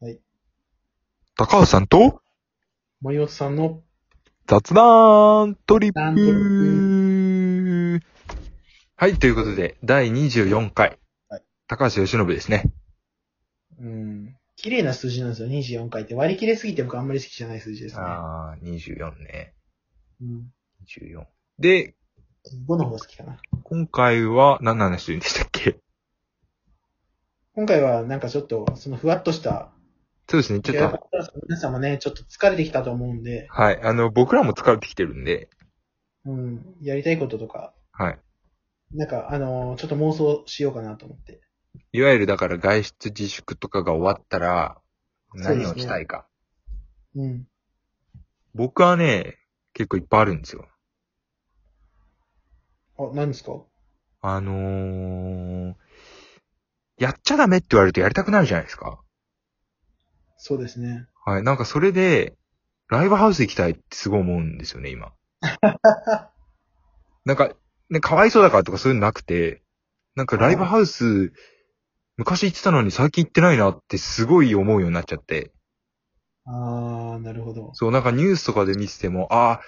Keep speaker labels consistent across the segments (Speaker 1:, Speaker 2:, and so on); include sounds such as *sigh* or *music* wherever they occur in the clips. Speaker 1: はい。
Speaker 2: 高橋さんと
Speaker 1: マヨさんの、
Speaker 2: 雑談トリッ
Speaker 1: ト
Speaker 2: プ
Speaker 1: リ
Speaker 2: はい、ということで、第24回。
Speaker 1: はい
Speaker 2: 高橋由伸ですね。
Speaker 1: うん、綺麗な数字なんですよ、24回って。割り切れすぎて僕あんまり好きじゃない数字ですね。
Speaker 2: あー、24ね。
Speaker 1: うん。
Speaker 2: 24。で、
Speaker 1: 5の方が好きかな。
Speaker 2: 今回は何の話でしたっけ
Speaker 1: 今回はなんかちょっと、そのふわっとした、
Speaker 2: そうですね、ちょっと、
Speaker 1: 皆さんもね、ちょっと疲れてきたと思うんで、
Speaker 2: はい、あの、僕らも疲れてきてるんで、
Speaker 1: うん、やりたいこととか、
Speaker 2: はい。
Speaker 1: なんか、あのーちょっと妄想しようかなと思って。
Speaker 2: いわゆるだから外出自粛とかが終わったら、
Speaker 1: そうで
Speaker 2: 何
Speaker 1: すね
Speaker 2: をしたいか。
Speaker 1: うん。
Speaker 2: 僕はね、結構いっぱいあるんですよ。
Speaker 1: あ、何ですか
Speaker 2: あのー、やっちゃダメって言われるとやりたくなるじゃないですか。
Speaker 1: そうですね。
Speaker 2: はい。なんかそれで、ライブハウス行きたいってすごい思うんですよね、今。
Speaker 1: *laughs*
Speaker 2: なんか、ね、かわいそうだからとかそういうのなくて、なんかライブハウス、昔行ってたのに最近行ってないなってすごい思うようになっちゃって。
Speaker 1: あー、なるほど。
Speaker 2: そう、なんかニュースとかで見てても、ああ、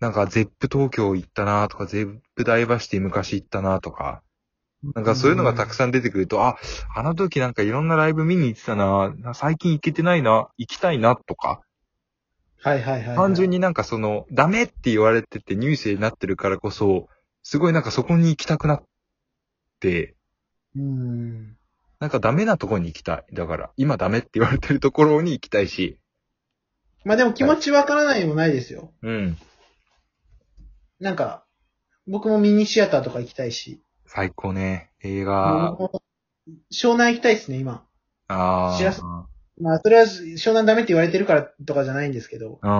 Speaker 2: なんかゼップ東京行ったなとか、ゼップダイバーシティ昔行ったなとか、なんかそういうのがたく
Speaker 1: さ
Speaker 2: さん出てくると、あ、あの時なんかいろんなライブ見に行ってたな、な最近行けてないな、行きたいなとか、
Speaker 1: ん。はいはいはい、はい。
Speaker 2: 単純。になんかその、ダメって言われててニュースになってるからこそ、すごいなんかそこに行きたくなって、
Speaker 1: うん。
Speaker 2: なんかダメなとこに行きたい。だから、今ダメって言われてるところに行きたいし、
Speaker 1: まあでも気持ちわからないもないですよ。
Speaker 2: うん、
Speaker 1: なんか、僕もミニシアターとか行きたいし。
Speaker 2: 最高ね。映画、
Speaker 1: もう湘南行きたいですね、今。
Speaker 2: あ
Speaker 1: しやす
Speaker 2: あ。
Speaker 1: まあ、それは湘南ダメって言われてるからとかじゃないんですけど。
Speaker 2: うん。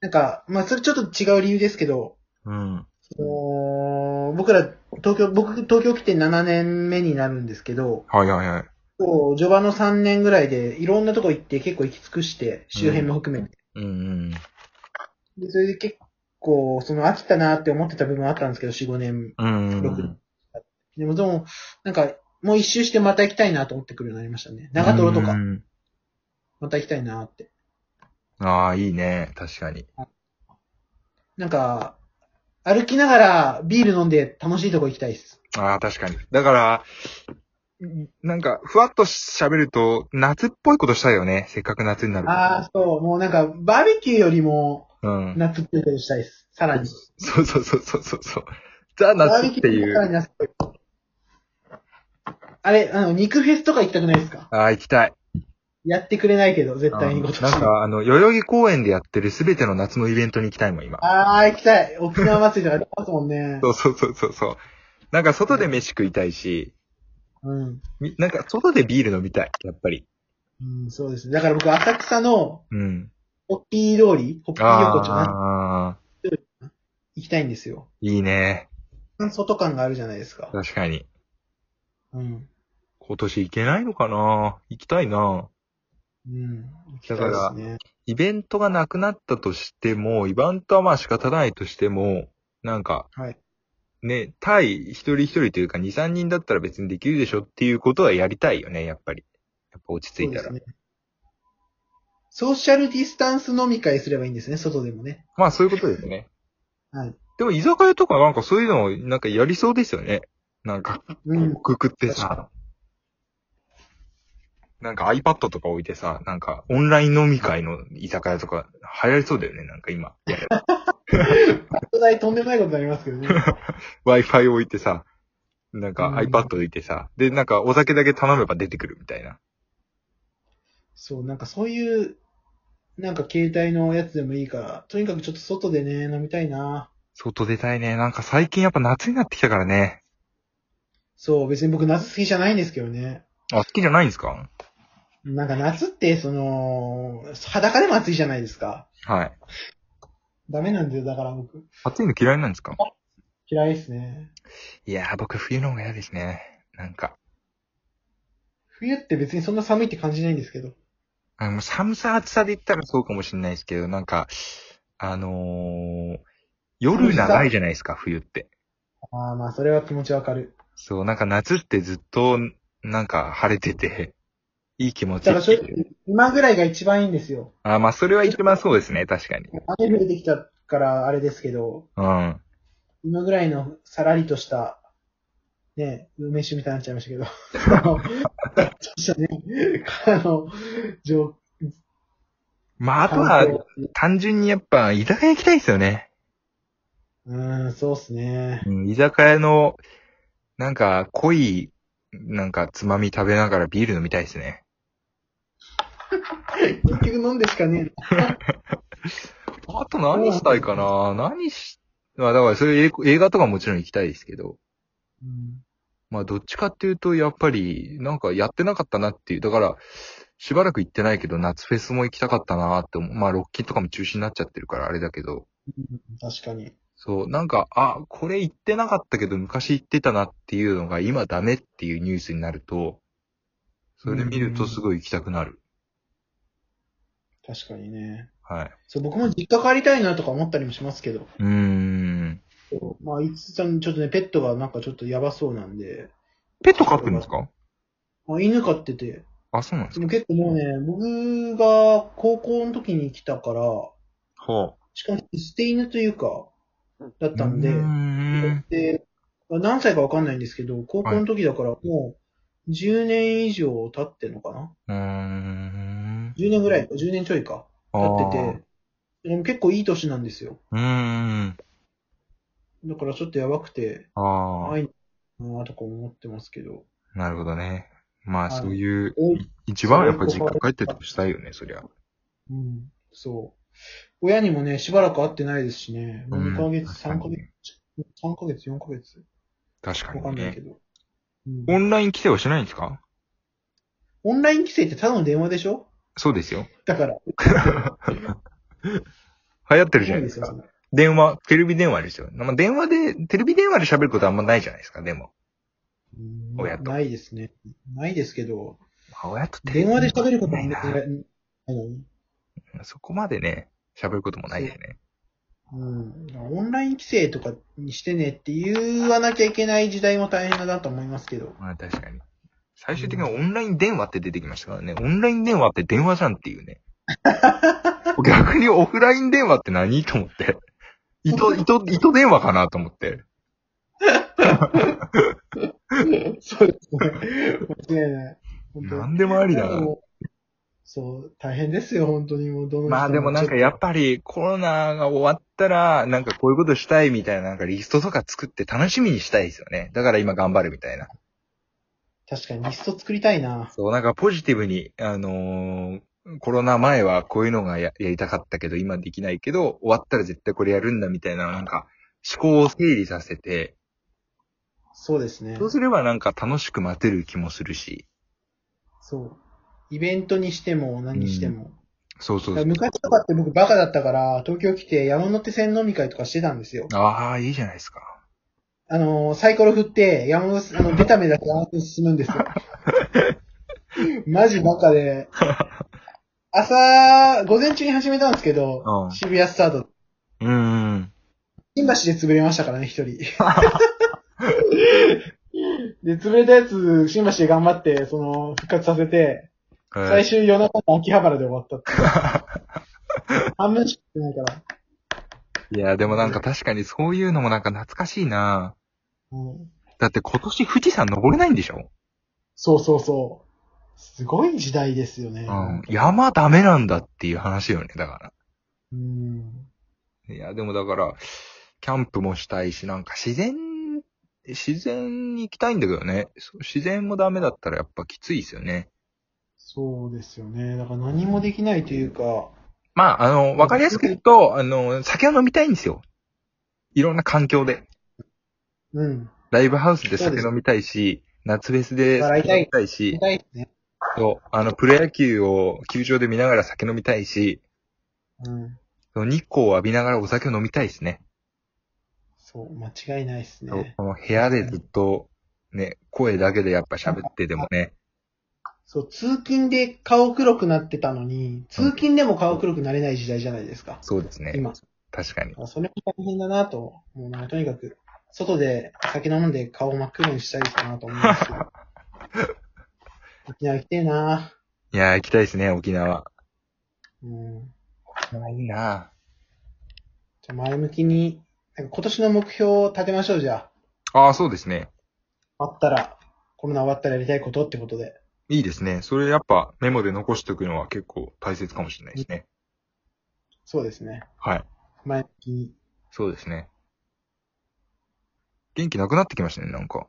Speaker 1: なんか、まあ、それちょっと違う理由ですけど、
Speaker 2: うん。
Speaker 1: その僕ら、東京、僕、東京来て7年目になるんですけど、
Speaker 2: はいはいはい。
Speaker 1: こう序盤の3年ぐらいで、いろんなとこ行って結構行き尽くして、周辺も含めて。
Speaker 2: うんうん。
Speaker 1: で、それで結構、その飽きたなって思ってた部分はあったんですけど、4、5年。
Speaker 2: うんうんう
Speaker 1: よく
Speaker 2: ん。
Speaker 1: でも、でも、なんか、もう一周してまた行きたいなと思ってくるようになりましたね。長瀞と
Speaker 2: う
Speaker 1: か、
Speaker 2: ん
Speaker 1: また行きたいなって。
Speaker 2: ああ、いいね。確かに。
Speaker 1: なんか、歩きながらビール飲んで楽しいとこ行きたいです。
Speaker 2: ああ、確かに。だから、んなんか、ふわっと喋ると、夏っぽいことしたいよね。せっかく夏になる
Speaker 1: ああ、そう、もうなんか、バーベキューよりも
Speaker 2: あ。うん。
Speaker 1: 夏っぽいことしたいです。さらに。
Speaker 2: そうそうそうそうそうそう。ザ・
Speaker 1: バーベ
Speaker 2: 夏っ
Speaker 1: キュ
Speaker 2: て
Speaker 1: ーよ
Speaker 2: い
Speaker 1: りもさら
Speaker 2: う。
Speaker 1: に夏っぽい。あれ、あの、肉フェスとか行きたくないですか
Speaker 2: ああ、行きたい。
Speaker 1: やってくれないけど、絶対
Speaker 2: う
Speaker 1: に
Speaker 2: ん
Speaker 1: 今
Speaker 2: なん
Speaker 1: 年。
Speaker 2: か、あの、代々木公園でやってるすべての夏のイベントに行きたいもん、今。
Speaker 1: ああ、行きたい。沖縄祭りとかやってますもんね
Speaker 2: そ。うそうそうそうそう。なんか、外で飯食いたいし、
Speaker 1: うん。
Speaker 2: みなんか、外でビール飲みたい。やっぱり。
Speaker 1: うん、そうですね。だから僕、浅草の
Speaker 2: うん。
Speaker 1: ホッピー通り、ホッピー横丁な
Speaker 2: ああ、
Speaker 1: 行きたいんですよ。
Speaker 2: いいね。
Speaker 1: 外感があるじゃないですか。
Speaker 2: 確かに。
Speaker 1: うん。
Speaker 2: 今年行けないのかな行きたいな。
Speaker 1: うん。行きたい
Speaker 2: だから
Speaker 1: ですね。
Speaker 2: イベントがなくなったとしても、イベントはまあ仕方ないとしても、なんか、
Speaker 1: はい。
Speaker 2: ね、対一人一人というか2、3人だったら別にできるでしょっていうことはやりたいよね、やっぱり。やっぱ落ち着いたら。
Speaker 1: そうですね。ソーシャルディスタンス飲み会すればいいんですね、外でもね。
Speaker 2: まあそういうことですね。
Speaker 1: はい。
Speaker 2: でも居酒屋とかなんかそういうのをなんかやりそうですよね。なんか、
Speaker 1: うん。
Speaker 2: くくってさ。なんか iPad とか置いてさ、なんかオンライン飲み会の居酒屋とか流行りそうだよね、なんか今。
Speaker 1: 拡大とんでもないことになりますけどね。
Speaker 2: Wi-Fi 置いてさ、なんか
Speaker 1: うん
Speaker 2: iPad 置いてさ、で、なんかお酒だけ頼めば出てくるみたいな。
Speaker 1: そう、なんかそういう、なんか携帯のやつでもいいから、とにかくちょっと外でね、飲みたいな。
Speaker 2: 外出たいね。なんか最近やっぱ夏になってきたからね。
Speaker 1: そう、別に僕夏好きじゃないんですけどね。
Speaker 2: あ、好きじゃないんですか
Speaker 1: なんか夏って、その、裸でも暑いじゃないですか。
Speaker 2: はい。
Speaker 1: ダメなんだよ、だから僕。
Speaker 2: 暑いの嫌いなんですか
Speaker 1: 嫌いですね。
Speaker 2: いやー、僕冬の方が嫌ですね。なんか。
Speaker 1: 冬って別にそんな寒いって感じないんですけど。
Speaker 2: あの、寒さ暑さで言ったらそうかもしれないですけど、なんか、あのー、夜長いじゃないですか、冬って。
Speaker 1: ああ、まあそれは気持ちわかる。
Speaker 2: そう、なんか夏ってずっと、なんか晴れてて、いい気持ち
Speaker 1: だから。正直、今ぐらいが一番いいんですよ。
Speaker 2: あ、まあ、それは一番そうですね、確かに。
Speaker 1: 雨降れてきたからあれですけど、
Speaker 2: うん。
Speaker 1: 今ぐらいのさらりとした、ね、梅酒みたいになっちゃいま *laughs* したけど、あのちょっとね、あの、状
Speaker 2: まあ、あと
Speaker 1: 環
Speaker 2: は、
Speaker 1: 境
Speaker 2: 単純にやっぱ、居酒屋行きたいですよね。
Speaker 1: うーん、そうっすね。
Speaker 2: うん、居酒屋の、なんか、濃い、なんか、つまみ食べながらビール飲みたいですね。
Speaker 1: 結局飲んでしかね
Speaker 2: あと何したいかな何し、まあ、だから、それ映映画とかもちろん行きたいですけど。
Speaker 1: えな。うん
Speaker 2: まあ、どっちかっていうと、やっぱり、なんかやってなかったなっていう。だから、しばらく行ってないけど、夏フェスも行きたかったなって思う。まあ、ロッキーとかも中止になっちゃってるから、あれだけど。
Speaker 1: 確かに。
Speaker 2: そう、なんか、あ、これ行ってなかったけど、昔行ってたなっていうのが、今ダメっていうニュースになると、それ見るとすごい行きたくなる。
Speaker 1: 確かにね。
Speaker 2: はい。
Speaker 1: そう、僕も実家帰りたいなとか思ったりもしますけど。
Speaker 2: うーん。
Speaker 1: まあ、いつちゃん、ちょっとね、ペットがなんかちょっとやばそうなんで、
Speaker 2: ペット飼ってるんですか
Speaker 1: まあ、犬飼ってて、
Speaker 2: あ、そうなんです
Speaker 1: でも結構もうね、僕が高校の時に来たから、
Speaker 2: か。は
Speaker 1: しかも捨て犬というか、だっ
Speaker 2: あ
Speaker 1: たん
Speaker 2: うー
Speaker 1: で、
Speaker 2: ん。
Speaker 1: で、何歳かわかんないんですけど、高校の時だからもう10年以上経ってんのかな
Speaker 2: うーん。
Speaker 1: ?10 年ぐらい、10年ちょいか、経ってて、でも結構いい年なんですよ。
Speaker 2: あー。うーん。
Speaker 1: だからちょっとやばくて、
Speaker 2: ああ。
Speaker 1: 会いに行こうかなとか思ってますけど。
Speaker 2: なるほどね。まあ、
Speaker 1: はい
Speaker 2: そういう、
Speaker 1: お
Speaker 2: い一番やっぱ実家帰っててもしたいよね、そりゃ。
Speaker 1: うん、そう。親にもね、しばらく会ってないですしね、もう2ヶ月、3ヶ月、3ヶ月、4ヶ月
Speaker 2: 確か
Speaker 1: わか
Speaker 2: に
Speaker 1: んない
Speaker 2: ね
Speaker 1: け。ど。うん
Speaker 2: オンライン規制はしないんですか
Speaker 1: オンライン規制ってただの電話でしょ
Speaker 2: そうです
Speaker 1: *laughs*
Speaker 2: よ。
Speaker 1: だから、
Speaker 2: 流行ってるじゃ
Speaker 1: そ
Speaker 2: ない
Speaker 1: うで
Speaker 2: ですす
Speaker 1: よ、
Speaker 2: か
Speaker 1: そ。れ
Speaker 2: 電話、テレビ電話ですよ。まあ、電話で、テレビ電話で喋ることはあんまないじゃないですか、でも。
Speaker 1: うん
Speaker 2: 親と
Speaker 1: ないですね。ないですけど、
Speaker 2: 母親と
Speaker 1: 電話で喋ることも
Speaker 2: ない
Speaker 1: 別
Speaker 2: な
Speaker 1: に。ないのに
Speaker 2: そこまでね、喋ることもないですね。
Speaker 1: うん、オンライン規制とかにしてねって言わなきゃいけない時代も大変だなと思いますけど。
Speaker 2: まあ、確かに。最終的にはオンライン電話って出てきましたからね。オンライン電話って電話じゃんっていうね。 *laughs* 逆にオフライン電話って何と思って。糸、糸、糸電話かなと思って。
Speaker 1: そうですね。間違いない。本当に
Speaker 2: 何でもありだ
Speaker 1: で
Speaker 2: な。
Speaker 1: *laughs* もそう、大変ですよ、本当にもうどの人
Speaker 2: まあでもなんかやっぱりコロナが終わったら、なんかこういうことしたいみたいな、なんかリストとか作って楽しみにしたいですよね。だから今頑張るみたいな。
Speaker 1: 確かにリスト作りたいな。
Speaker 2: そう、なんかポジティブに、あのーコロナ前はこういうのがややりたかったけど、今できないけど、終わったら絶対これやるんだみたいな、なんか思考を整理させて、
Speaker 1: そうですね
Speaker 2: そ。うすればなんか楽しく待てる気もするし。
Speaker 1: そう。イベントにしても何にしても。
Speaker 2: そうそう
Speaker 1: だから昔とかって僕バカだったから、東京来て山手線飲み会とかしてたんですよ。
Speaker 2: ああ、いいじゃないですか。
Speaker 1: あのー、サイコロ振って、山手、あの、出た目だけ山手線進むんですよ。マジバカで。朝、午前中に始めたんですけど、
Speaker 2: うん
Speaker 1: 渋谷スタート。
Speaker 2: うーん。
Speaker 1: 新橋で潰れましたからね、一人。で、潰れたやつ、新橋で頑張って、その、復活させて、最終夜中の秋葉原で終わったっていう。半分しかやってないから。
Speaker 2: いや、でもなんか確かにそういうのもなんか懐かしいな
Speaker 1: うん、
Speaker 2: だって今年富士山登れないんでしょ
Speaker 1: そうそうそう。すごい時代ですよね。
Speaker 2: うん。山ダメなんだっていう話よね、だか
Speaker 1: うん。
Speaker 2: ら。いや、でもだから、キャンプもしたいし、なんか自然、自然に行きたいんだけどね。そう自然もダメだったらやっぱきついですよね。
Speaker 1: そうですよね。だから何もできないというか、
Speaker 2: まあ、あの、わかりやすく言うと、あの、酒を飲みたいんですよ。いろんな環境で。
Speaker 1: うん。
Speaker 2: ライブハウスで
Speaker 1: そう
Speaker 2: 酒
Speaker 1: です
Speaker 2: 飲みたいし、夏フェスで酒飲みたいし
Speaker 1: 痛、いですね。
Speaker 2: そう、あの、プロ野球を球場で見ながら酒飲みたいし、
Speaker 1: うん。
Speaker 2: その日光を浴びながらお酒を飲みたいですね。
Speaker 1: そう、間違いないです
Speaker 2: そう
Speaker 1: ね。
Speaker 2: この部屋でずっと、ね、声だけでやっぱ喋ってでもね。
Speaker 1: そう、通勤で顔黒くなってたのに、通勤でも顔黒くなれない時代じゃないですか。
Speaker 2: そうですね。
Speaker 1: 今。
Speaker 2: 確かに。
Speaker 1: それも大変だなと、もうなんかとにかく、外で酒飲ん *laughs* で顔真っ黒にしたいかなと思うんですけど。沖縄来てえな
Speaker 2: いやー、行きたいですね、沖縄。
Speaker 1: うん。
Speaker 2: 沖縄いいな
Speaker 1: じゃあ前向きに、なんか今年の目標を立てましょう、じゃ
Speaker 2: ああ、そうですね。
Speaker 1: あ。終わったら、コロナ終わったらやりたいことってことで。
Speaker 2: いいですね。それやっぱメモで残しておくのは結構大切かもしれないですね。
Speaker 1: そうですね。
Speaker 2: はい。
Speaker 1: 前向きに。
Speaker 2: そうですね。元気なくなってきましたね、なんか。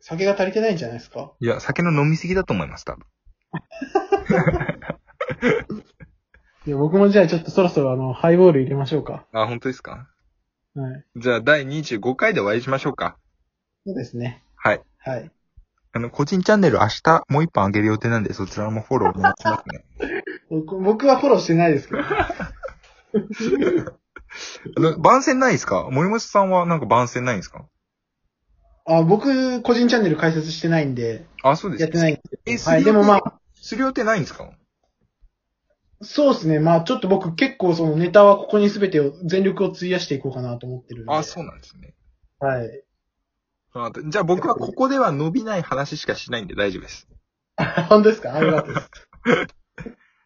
Speaker 1: 酒が足りてないんじゃないですか
Speaker 2: いや、酒の飲みすぎだと思います、多分。
Speaker 1: いや、僕もじゃあちょっとそろそろあの、ハイボール入れましょうか。
Speaker 2: あ、本当ですか
Speaker 1: はい。
Speaker 2: じゃあ、第25回でお会いしましょうか。
Speaker 1: そうですね。
Speaker 2: はい。
Speaker 1: はい。
Speaker 2: あの、個人チャンネル明日もう一本上げる予定なんで、そちらもフォローお願いしますね。
Speaker 1: 僕僕はフォローしてないですけど。
Speaker 2: あの番宣ないですか森本さんはなんか番宣ないんですか
Speaker 1: あ、僕、個人チャンネル開設してないんで、
Speaker 2: あ、そうです
Speaker 1: やってないん
Speaker 2: え
Speaker 1: ですけど。はい。でもまあ、
Speaker 2: する予定ないんですか
Speaker 1: そうですね。まあ、ちょっと僕結構そのネタはここに全てを、全力を費やしていこうかなと思ってるんで。
Speaker 2: あ、そうなんですね。
Speaker 1: う。はい。
Speaker 2: あじゃあ僕はここでは伸びない話しかしないんで大丈夫です。
Speaker 1: 本当ですかありが
Speaker 2: *laughs*
Speaker 1: とうです。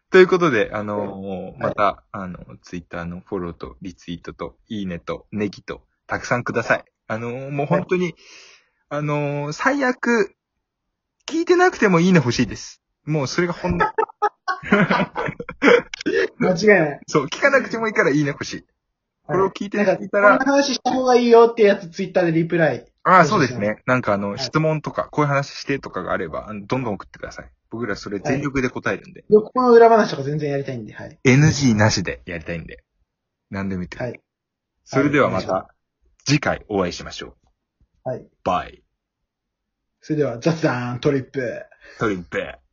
Speaker 2: ということで、あのーまた、あの、ツイッターのフォローとリツイートと、いいねと、ネギと、たくさんください。あのーもう本当に、あのー最悪、聞いてなくてもいいね欲しいです。もうそれが
Speaker 1: *laughs*
Speaker 2: ほんの、
Speaker 1: 間違いない。
Speaker 2: *laughs* そう、聞かなくてもいいからいいね欲しい。これを聞いて
Speaker 1: なんか、こ
Speaker 2: い
Speaker 1: ん
Speaker 2: たら
Speaker 1: な、話した方がいいよってやつツイッターでリプライ。
Speaker 2: ああ、そ
Speaker 1: そうう
Speaker 2: で
Speaker 1: ですすね
Speaker 2: ね。なんかあの、
Speaker 1: い
Speaker 2: 質問とか、こういう話してとかがあれば、あのどんどん送ってください。僕らそれ全力で答えるんで。
Speaker 1: 旅行の裏話とか全然やりたいんで、はい。
Speaker 2: NG なしでやりたいんで。何でも言ってくだ
Speaker 1: は
Speaker 2: さい。
Speaker 1: い。
Speaker 2: それではま
Speaker 1: は
Speaker 2: た、次回お会いしましょう。
Speaker 1: はい。
Speaker 2: バイ。
Speaker 1: それでは、雑談トリップ。
Speaker 2: トリンペー。